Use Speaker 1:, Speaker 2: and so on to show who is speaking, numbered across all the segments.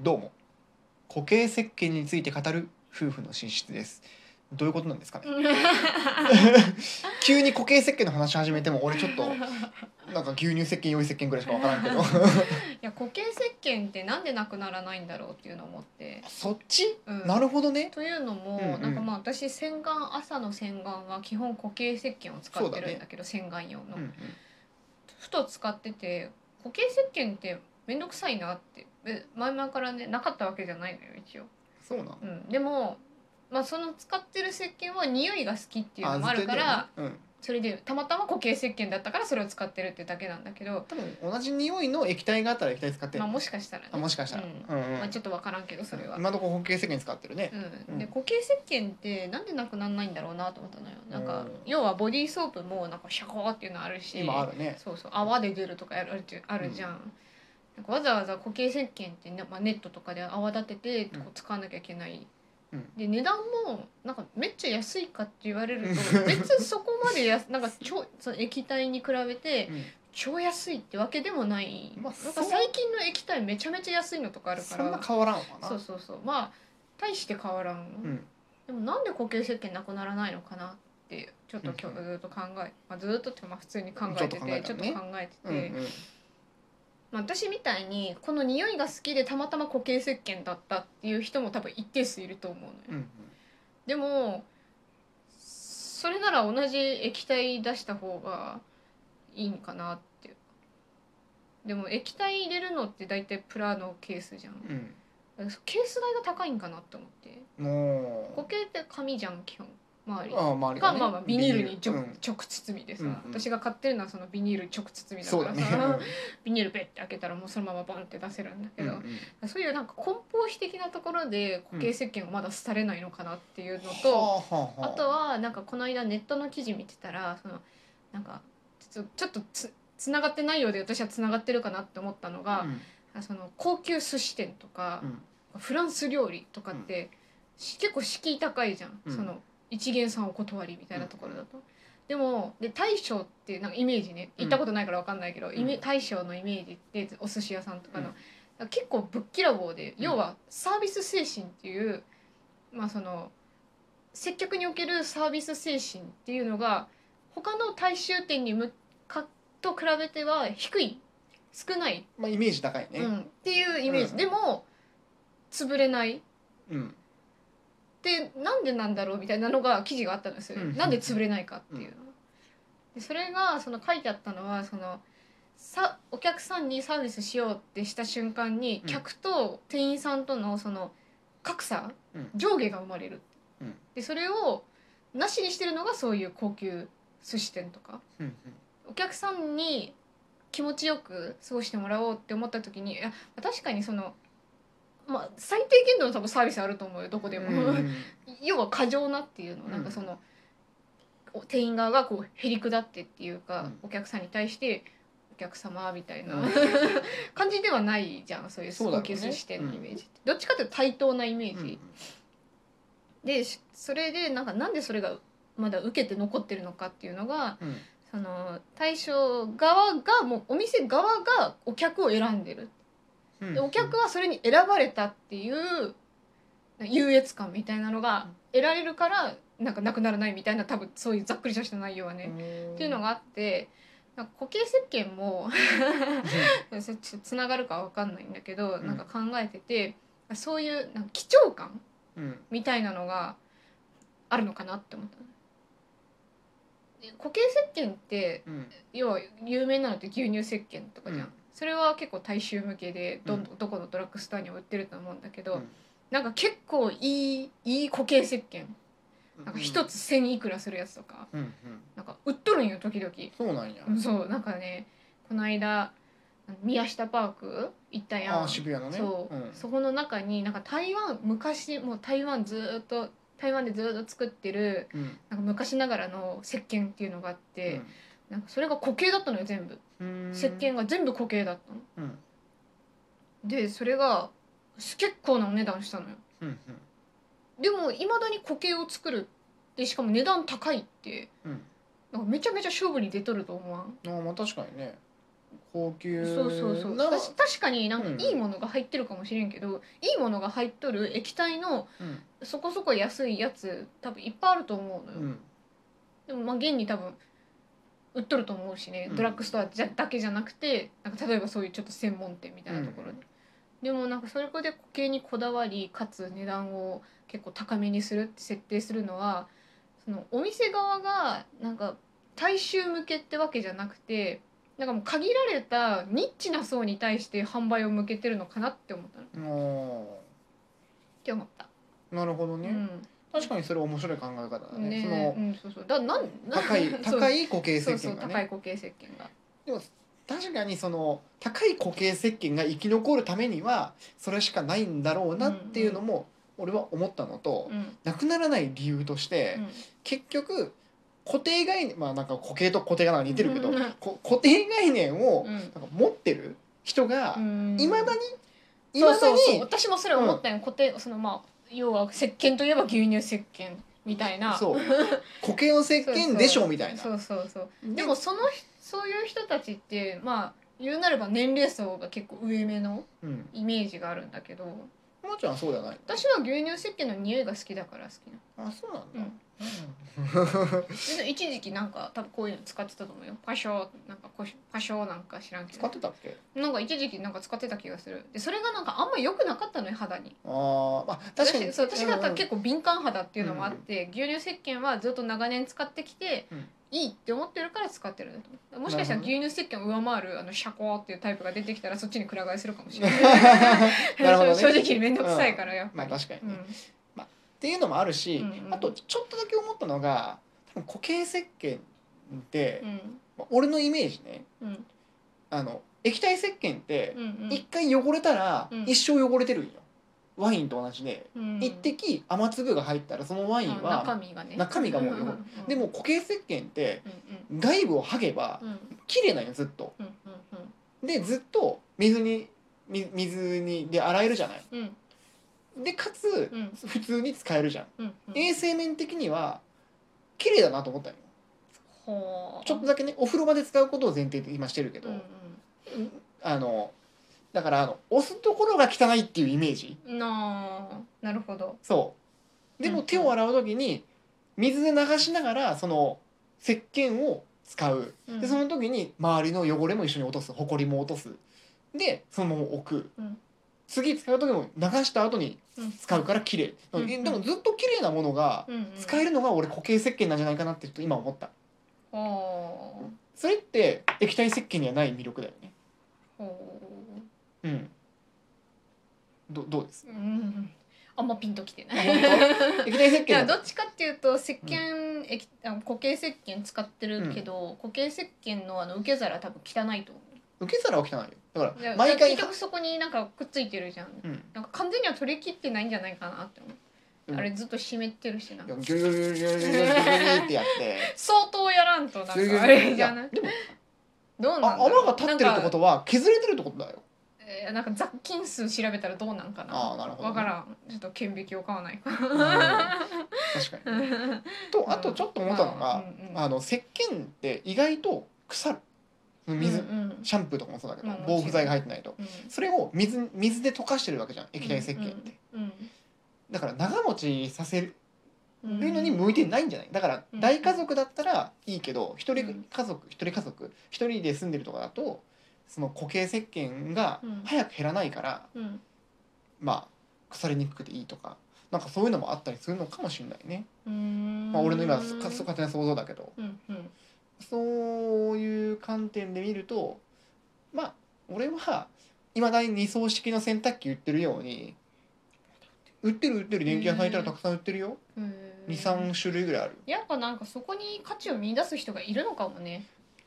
Speaker 1: どうも固形石鹸について語る夫婦の寝室ですどういうことなんですかね 急に固形石鹸の話始めても俺ちょっとなんか牛乳石鹸用意石鹸ぐらいしかわからん けど
Speaker 2: いや固形石鹸ってなんでなくならないんだろうっていうのを思って、
Speaker 1: そっち
Speaker 2: うん、
Speaker 1: なるほどね
Speaker 2: というのも、
Speaker 1: うんうん
Speaker 2: なんかまあ私洗顔朝の洗顔は基本固形石鹸を使ってるんだけど洗顔用の、
Speaker 1: うんうん
Speaker 2: ふと使ってて固形石鹸ってめんどくさいなってえ前々からねなかったわけじゃないのよ一応、
Speaker 1: そうなん
Speaker 2: うん、でもまあその使ってる石鹸は匂いが好きっていうのもあるから、
Speaker 1: ずっとやってるよねうん
Speaker 2: それでたまたま固形石鹸だったからそれを使ってるってだけなんだけど、
Speaker 1: 多分同じ匂いの液体があったら液体使ってる
Speaker 2: まあ、もしかしたらね
Speaker 1: あもしかしたら
Speaker 2: うん
Speaker 1: うんうん
Speaker 2: まあ、ちょっとわからんけどそれは。
Speaker 1: 今のとこ固形石鹸使ってるね
Speaker 2: うん、で固形石鹸ってなんでなくならないんだろうなと思ったのよなんか、
Speaker 1: うん
Speaker 2: 要はボディーソープもなんかシャコーっていうのあるし
Speaker 1: 今あるね
Speaker 2: そうそう泡で出るとかやるじゃあるじゃん,、なんかわざわざ固形石鹸ってね、まあ、ネットとかで泡立ててこ
Speaker 1: う
Speaker 2: う使わなきゃいけない、
Speaker 1: うん
Speaker 2: で値段もなんかめっちゃ安いかって言われる と
Speaker 1: うん
Speaker 2: 別にそこまでやなんか超その液体に比べて
Speaker 1: うん
Speaker 2: 超安いってわけでもない、
Speaker 1: まあ
Speaker 2: なん
Speaker 1: そ
Speaker 2: か
Speaker 1: う
Speaker 2: 最近の液体めちゃめちゃ安いのとかあるから
Speaker 1: そんな変わらんわな
Speaker 2: そうそうそうまあ大して変わらん、
Speaker 1: うん
Speaker 2: でもなんで固形石鹸なくならないのかなってちょっと今日ずっと考え、まあ、ずっとっていうかまあ普通に考えててちょ,、
Speaker 1: ちょ
Speaker 2: っ
Speaker 1: っ
Speaker 2: と
Speaker 1: と考
Speaker 2: 考
Speaker 1: えたのね
Speaker 2: えてて、
Speaker 1: うんうん
Speaker 2: まあ、私みたいにこの匂いが好きでたまたま固形石鹸だったっていう人も多分一定数いると思うのよ、
Speaker 1: うんうん
Speaker 2: でもそれなら同じ液体出した方がいいんかなってでも液体入れるのって大体プラのケースじゃん
Speaker 1: うん
Speaker 2: ケース代が高いんかなって思って
Speaker 1: もう
Speaker 2: 固形って紙じゃん基本周り
Speaker 1: ああ周り
Speaker 2: が、
Speaker 1: ね
Speaker 2: まあまあビニールに
Speaker 1: ビ
Speaker 2: 直,、
Speaker 1: ニールうん
Speaker 2: 直包みでさ、
Speaker 1: うんうん
Speaker 2: 私が買ってるのはそのビニール直包みだ
Speaker 1: そう
Speaker 2: か
Speaker 1: だ
Speaker 2: ら
Speaker 1: ね
Speaker 2: さ、 ビニールペッて開けたらもうそのままボンって出せるんだけ
Speaker 1: うんう
Speaker 2: ど、
Speaker 1: ん
Speaker 2: そういうなんか梱包費的なところで固形石鹸がまだ廃れないのかなっていうのと、
Speaker 1: はあはあ
Speaker 2: あ
Speaker 1: はあ
Speaker 2: とはなんかこの間ネットの記事見てたらそのなんかちょっとちょっとつつながってないようで私はつながってるかなって思ったのが、あその高級寿司店とか
Speaker 1: う、ん
Speaker 2: フランス料理とかって、し結構敷居高いじゃん、
Speaker 1: うん
Speaker 2: その一元さんお断りみたいなところだと。でもで大将っていうなんかイメージね
Speaker 1: うん
Speaker 2: 行ったことないから分かんないけど、イメ
Speaker 1: うん
Speaker 2: 大将のイメージってお寿司屋さんとか
Speaker 1: う
Speaker 2: の
Speaker 1: ん、
Speaker 2: だから結構ぶっきらぼうで、
Speaker 1: うん
Speaker 2: 要はサービス精神っていうまあその接客におけるサービス精神っていうのが他の大衆店に向かと比べては低い少ない
Speaker 1: まあイメージ高いね
Speaker 2: うん、っていうイメージ、
Speaker 1: うん
Speaker 2: でも潰れないっ
Speaker 1: うん
Speaker 2: てなんでなんだろうみたいなのが記事があったんですよ、
Speaker 1: うん
Speaker 2: なんで潰れないかっていうの、でそれがその書いてあったのはそのさお客さんにサービスしようってした瞬間に、
Speaker 1: うん
Speaker 2: 客と店員さんとのその格差、
Speaker 1: うん
Speaker 2: 上下が生まれる、
Speaker 1: うん
Speaker 2: でそれをなしにしてるのがそういう高級寿司店とか
Speaker 1: うんうん
Speaker 2: お客さんに気持ちよく過ごしてもらおうって思った時にいや確かにその、まあ、最低限度の多分サービスあると思うよどこでも、
Speaker 1: うんうん
Speaker 2: 要は過剰なっていうの
Speaker 1: うん
Speaker 2: なんかその、お店員側がこうへりくだってっていうか、
Speaker 1: うん
Speaker 2: お客さんに対して「お客様」みたいな、
Speaker 1: うん
Speaker 2: 感じではないじゃんそういう
Speaker 1: そうだろ
Speaker 2: 高
Speaker 1: うね
Speaker 2: 級寿司店のイメージって、どっちかっていうと対等なイメージ、でしそれでなんかなんでそれがまだ受けて残ってるのかっていうのが
Speaker 1: うんうん
Speaker 2: その対象側がもうお店側がお客を選んでる
Speaker 1: うん
Speaker 2: でお客はそれに選ばれたっていう優越感みたいなのが得られるからなんかなくならないみたいな多分そういうざっくりとした内容はね、
Speaker 1: ん
Speaker 2: っていうのがあってなんか固形石鹸も ちょっとつながるかは分かんないんだけど、
Speaker 1: うん
Speaker 2: なんか考えててそういうなんか貴重感
Speaker 1: うん
Speaker 2: みたいなのがあるのかなって思ったので固形石鹸って
Speaker 1: うん
Speaker 2: 要は有名なのって牛乳石鹸とかじゃん、
Speaker 1: うん
Speaker 2: それは結構大衆向けでどんどんどこのドラッグストアにも売ってると思うんだけど、
Speaker 1: うん
Speaker 2: なんか結構いいいい固形石鹸
Speaker 1: うん
Speaker 2: なんか一つ1,000いくらするやつとか
Speaker 1: うんうん
Speaker 2: なんか売っとるんよ時々、
Speaker 1: そうなんや
Speaker 2: うんそうなんかねこの間宮下パーク行ったやん
Speaker 1: ああ渋谷のね
Speaker 2: そう、
Speaker 1: うん
Speaker 2: そこの中になんか台湾昔もう台湾ずーっと台湾でずーっと作ってる
Speaker 1: うん
Speaker 2: なんか昔ながらの石鹸っていうのがあって、なんかそれが固形だったのよ全部
Speaker 1: うん
Speaker 2: 石鹸が全部固形だったの
Speaker 1: うん
Speaker 2: でそれが結構なお値段したのよ
Speaker 1: うん
Speaker 2: でもいまだに固形を作るでしかも値段高いって
Speaker 1: うん
Speaker 2: なんかめちゃめちゃ勝負に出とると思わん
Speaker 1: うんああまあ確かにね高級な
Speaker 2: そうそうそう私確かになん
Speaker 1: うん
Speaker 2: かいいものが入ってるかもしれんけど、いいものが入っとる液体の
Speaker 1: うん
Speaker 2: そこそこ安いやつ多分いっぱいあると思うのよ、
Speaker 1: うん
Speaker 2: でもまあ現に多分売っとると思うしね
Speaker 1: うん
Speaker 2: ドラッグストアじゃだけじゃなくてなんか例えばそういうちょっと専門店みたいなところで、でもなんかそれこで固形にこだわりかつ値段を結構高めにするって設定するのはそのお店側がなんか大衆向けってわけじゃなくてなんかもう限られたニッチな層に対して販売を向けてるのかなって思ったのっ
Speaker 1: お
Speaker 2: て思った。
Speaker 1: ーなるほどね、
Speaker 2: うん
Speaker 1: 確かにそれ面白い考え方だね
Speaker 2: ね
Speaker 1: そ
Speaker 2: えう
Speaker 1: の
Speaker 2: ん、そうそうだなんなん
Speaker 1: 高い
Speaker 2: そう
Speaker 1: 高い固形石
Speaker 2: そうそう
Speaker 1: 鹸が
Speaker 2: 高い
Speaker 1: ね
Speaker 2: 固形石鹸が
Speaker 1: 確かにその高い固形石鹸が生き残るためにはそれしかないんだろうなっていうのも俺は思ったのと、
Speaker 2: うん
Speaker 1: なくならない理由として、
Speaker 2: うん
Speaker 1: 結局固定概念まあなんか固形と固定がなんか似てるけど、
Speaker 2: うん
Speaker 1: こ固定概念を
Speaker 2: う
Speaker 1: なん
Speaker 2: ん
Speaker 1: か持ってる人がいまだにい
Speaker 2: そ
Speaker 1: ま
Speaker 2: う
Speaker 1: だ
Speaker 2: そうそう
Speaker 1: に
Speaker 2: 私もそれ思ったよ、固定そのまあ要は石鹸といえば牛乳石鹸みたいな
Speaker 1: そう 固形の石
Speaker 2: そうそう
Speaker 1: 鹸でしょみたいな。
Speaker 2: そうそうそう
Speaker 1: で
Speaker 2: でもそのそういう人たちってまあ言うなれば年齢層が結構上めの
Speaker 1: うん、
Speaker 2: イメージがあるんだけど
Speaker 1: もちろんそうじゃない。
Speaker 2: 私は牛乳石鹸の匂いが好きだから好きな
Speaker 1: あ、そうなんだ。
Speaker 2: うんで一時期なんか多分こういうの使ってたと思うよパショーなんかこうしパショーなんか知らんけ
Speaker 1: 使
Speaker 2: ど
Speaker 1: ってたっけ？
Speaker 2: なんか一時期なんか使ってた気がするでそれがなんかあんま良くなかったのよ肌に
Speaker 1: あーまあ確かに。
Speaker 2: 私そう私が
Speaker 1: うん
Speaker 2: 結構敏感肌っていうのもあって、牛乳石鹸はずっと長年使ってきて、
Speaker 1: うん
Speaker 2: いいって思ってるから使ってるんだと思うもしかしたら
Speaker 1: なる
Speaker 2: 牛乳石鹸を上回るあのシャコーっていうタイプが出てきたらそっちにくら替えするかもし れない
Speaker 1: なるほどね
Speaker 2: 正直面倒くさいからやっ
Speaker 1: ま
Speaker 2: ぱ
Speaker 1: あ
Speaker 2: り、
Speaker 1: 確かに
Speaker 2: う
Speaker 1: ね、
Speaker 2: ん
Speaker 1: っ、ていうのもあるし、
Speaker 2: うんうん
Speaker 1: あとちょっとだけ思ったのが多分固形石鹸って、
Speaker 2: うん
Speaker 1: まあ俺のイメージね
Speaker 2: うん
Speaker 1: あの液体石鹸って
Speaker 2: うん
Speaker 1: 一回汚れたら
Speaker 2: うん
Speaker 1: 一生汚れてるんよ、ワインと同じで
Speaker 2: うん
Speaker 1: 一滴雨粒が入ったらそのワイン
Speaker 2: あ中
Speaker 1: は
Speaker 2: 身がね
Speaker 1: 中身がもう
Speaker 2: うんうんうん
Speaker 1: でも固形石鹸って
Speaker 2: うん
Speaker 1: 外部を剥げば
Speaker 2: うんうん
Speaker 1: 綺麗なんよずっと
Speaker 2: うんうん
Speaker 1: でずっと水にみ水にで洗えるじゃない
Speaker 2: うん
Speaker 1: でかつ
Speaker 2: うん
Speaker 1: 普通に使えるじゃん
Speaker 2: うんうん
Speaker 1: 衛生面的には綺麗だなと思ったよ
Speaker 2: ほー
Speaker 1: ちょっとだけねお風呂場で使うことを前提で今してるけど、
Speaker 2: うん
Speaker 1: あのだからあの押すところが汚いっていうイメージ
Speaker 2: うんなあなるほど
Speaker 1: そうで
Speaker 2: うん
Speaker 1: も
Speaker 2: うん
Speaker 1: 手を洗う時に水で流しながらその石鹸を使う
Speaker 2: うん
Speaker 1: でその時に周りの汚れも一緒に落とすほこりも落とすでそのまま置く、
Speaker 2: うん
Speaker 1: 次使う時も流した後に
Speaker 2: うん
Speaker 1: 使うから綺麗、
Speaker 2: うんうん
Speaker 1: えでもずっと綺麗なものが
Speaker 2: うんうん
Speaker 1: 使えるのが俺固形石鹸なんじゃないかなってちょっと今思った
Speaker 2: ほー
Speaker 1: それって液体石鹸にはない魅力だよね
Speaker 2: ほ
Speaker 1: うんどどうです
Speaker 2: ーうんあんまピンときてな
Speaker 1: あ
Speaker 2: い。
Speaker 1: 本当液体石
Speaker 2: いや
Speaker 1: 鹸
Speaker 2: ど
Speaker 1: だ
Speaker 2: っちかっていうと石鹸、液あの固形石鹸使ってるけど、固形石鹸のあの受け皿多分汚いと思
Speaker 1: 受け皿は汚いよだか
Speaker 2: う。
Speaker 1: ら
Speaker 2: 毎
Speaker 1: 毎回
Speaker 2: 回結局そこになんかくっついてるじゃん。
Speaker 1: うん
Speaker 2: なんか完全には取り切ってないんじゃないかなって思う。あれずっと湿ってるしな。
Speaker 1: ギュギュギュギュギュギュギュギュってやって
Speaker 2: 相当やらんとなん
Speaker 1: ギュギ
Speaker 2: かあ
Speaker 1: ュ
Speaker 2: れ
Speaker 1: ギ
Speaker 2: じゃな
Speaker 1: ュ
Speaker 2: い。
Speaker 1: でも
Speaker 2: どうな
Speaker 1: あ
Speaker 2: んだろう
Speaker 1: 泡が立ってるってこ。
Speaker 2: なんか
Speaker 1: とは削れてるってことだよ
Speaker 2: えーなんか雑菌数調べたらどうなんかな。
Speaker 1: ああなるほど
Speaker 2: わからん。ちょっと顕微鏡買わないか。
Speaker 1: 確かに とあとちょっと思ったのが
Speaker 2: うんうんうん
Speaker 1: あの石鹸って意外と腐る水
Speaker 2: うんうん
Speaker 1: シャンプーとかもそうだけど
Speaker 2: まあもちろん
Speaker 1: 防腐剤が入ってないと
Speaker 2: うん
Speaker 1: それを水水で溶かしてるわけじゃん液体石鹸って
Speaker 2: うん
Speaker 1: だから長持ちさせる
Speaker 2: う
Speaker 1: のに向いてないんじゃないだから
Speaker 2: うん
Speaker 1: 大家族だったらいいけど一
Speaker 2: う
Speaker 1: 人
Speaker 2: ん
Speaker 1: 家族一人家族一人で住んでるとかだとその固形石鹸が早く減らないから
Speaker 2: うん
Speaker 1: まあ腐りにくくていいとかなんかそういうのもあったりするのかもしれないね、
Speaker 2: うん
Speaker 1: まあ、俺の今か勝手な想像だけど
Speaker 2: うんうん
Speaker 1: そういう観点で見るとまあ俺はいまだに二層式の洗濯機売ってるように売ってる売ってる電気屋さんいたらたくさん売ってるよ
Speaker 2: うん
Speaker 1: 23種類ぐらいある
Speaker 2: やっぱなんかそこに価値を見出す人がいるのかもね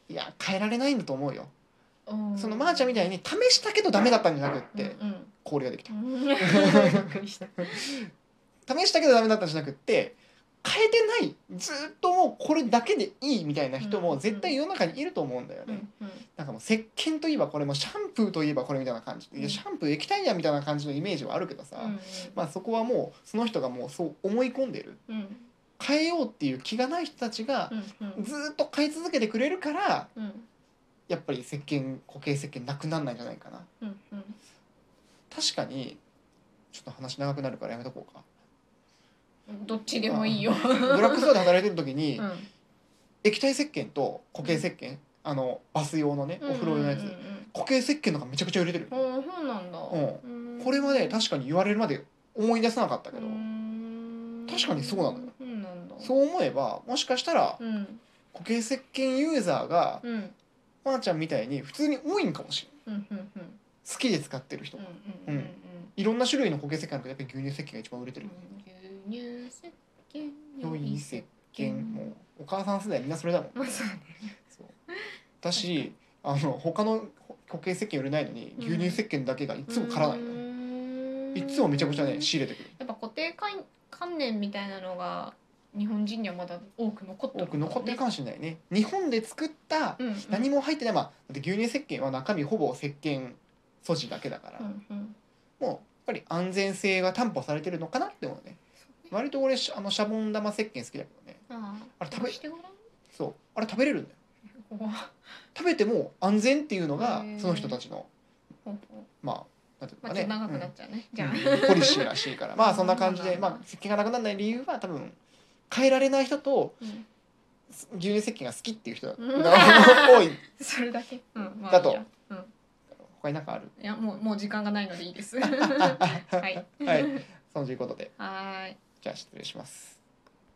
Speaker 1: いや変えられないんだと思うよ
Speaker 2: うん
Speaker 1: そのまーちゃんみたいに試したけどダメだったんじゃなくって
Speaker 2: うんうん
Speaker 1: 氷ができた
Speaker 2: うん びっくりした
Speaker 1: 試したけどダメだったんじゃなくって変えてないずっともうこれだけでいいみたいな人
Speaker 2: うん
Speaker 1: も
Speaker 2: うん
Speaker 1: 絶対世の中にいると思うんだよね、
Speaker 2: うんうん
Speaker 1: なんかもう石鹸といえばこれもシャンプーといえばこれみたいな感じ、いやシャンプー液体やみたいな感じのイメージはあるけどさ、
Speaker 2: うん
Speaker 1: まあそこはもうその人がもうそう思い込んでる
Speaker 2: うん
Speaker 1: 変えようっていう気がない人たちが
Speaker 2: うんうん
Speaker 1: ずっと変え続けてくれるから
Speaker 2: うん
Speaker 1: やっぱり石鹸固形石鹸なくなんないんじゃないかな
Speaker 2: うんうん
Speaker 1: 確かにちょっと話長くなるからやめとこうか
Speaker 2: どっちでもいいよ。
Speaker 1: ドラッグストアで働いてる時に、
Speaker 2: うん
Speaker 1: 液体石鹸と固形石鹸、あのバス用のねお風呂用のやつ、
Speaker 2: うんうんうん
Speaker 1: 固形石鹸の方がめちゃくちゃ売れてる、
Speaker 2: うんおーそうなんだ。
Speaker 1: う
Speaker 2: うん
Speaker 1: これはね確かに言われるまで思い出さなかったけど、
Speaker 2: うん
Speaker 1: 確かにそうなのよ。
Speaker 2: そうなんだ。
Speaker 1: そう思えばもしかしたら
Speaker 2: うん
Speaker 1: 固形石鹸ユーザーが、
Speaker 2: うんうん
Speaker 1: まーちゃんみたいに普通に多いんかもしれない
Speaker 2: うんうん
Speaker 1: 好きで使ってる人、
Speaker 2: うん
Speaker 1: う
Speaker 2: うんん
Speaker 1: いろんな種類の固形石鹸あるけどやっぱり牛乳石鹸が一番売れて
Speaker 2: う
Speaker 1: る、
Speaker 2: ん。牛乳石鹸
Speaker 1: 良い石鹸
Speaker 2: うん
Speaker 1: もうお母さん世代みんなそれだもん
Speaker 2: まあそうね。
Speaker 1: そうだしあの他の固形石鹸売れないのに
Speaker 2: うん
Speaker 1: 牛乳石鹸だけがいつも空ないのね、
Speaker 2: の
Speaker 1: いつもめちゃくちゃね仕入れてくる
Speaker 2: やっぱ固定観観念みたいなのが日本人にはまだ多く残って
Speaker 1: 多
Speaker 2: る
Speaker 1: く残ってるかもしれないね日本で作った
Speaker 2: うんうん
Speaker 1: 何も入ってない、まあ、だって牛乳石鹸は中身ほぼ石鹸素地だけだから、
Speaker 2: うんうん
Speaker 1: もうやっぱり安全性が担保されてるのかなって思うね
Speaker 2: そうね
Speaker 1: 割と俺しあのシャボン玉石鹸好きだけどね
Speaker 2: あ
Speaker 1: あれ食べ
Speaker 2: してごらん
Speaker 1: そうあれ食べれるんだよ
Speaker 2: ここは
Speaker 1: 食べても安全っていうのが
Speaker 2: へー
Speaker 1: その人たちの
Speaker 2: ほうほう
Speaker 1: まあなんていうの
Speaker 2: ま
Speaker 1: かね
Speaker 2: あちょっと長くなっちゃうね、じゃあ、
Speaker 1: うんポリシーらしいからまあそんな感じで
Speaker 2: うん
Speaker 1: まあ石鹸がなくならない理由は多分変えられない人と
Speaker 2: うん
Speaker 1: 牛乳石鹸が好きっていう人が
Speaker 2: うん
Speaker 1: 多い
Speaker 2: それだけ、うんまあ、
Speaker 1: だと
Speaker 2: いいやうん、
Speaker 1: 他になんかある
Speaker 2: いやもうもう時間がない のでいいですはい
Speaker 1: はい、そういうことで
Speaker 2: はーい
Speaker 1: じゃあ失礼します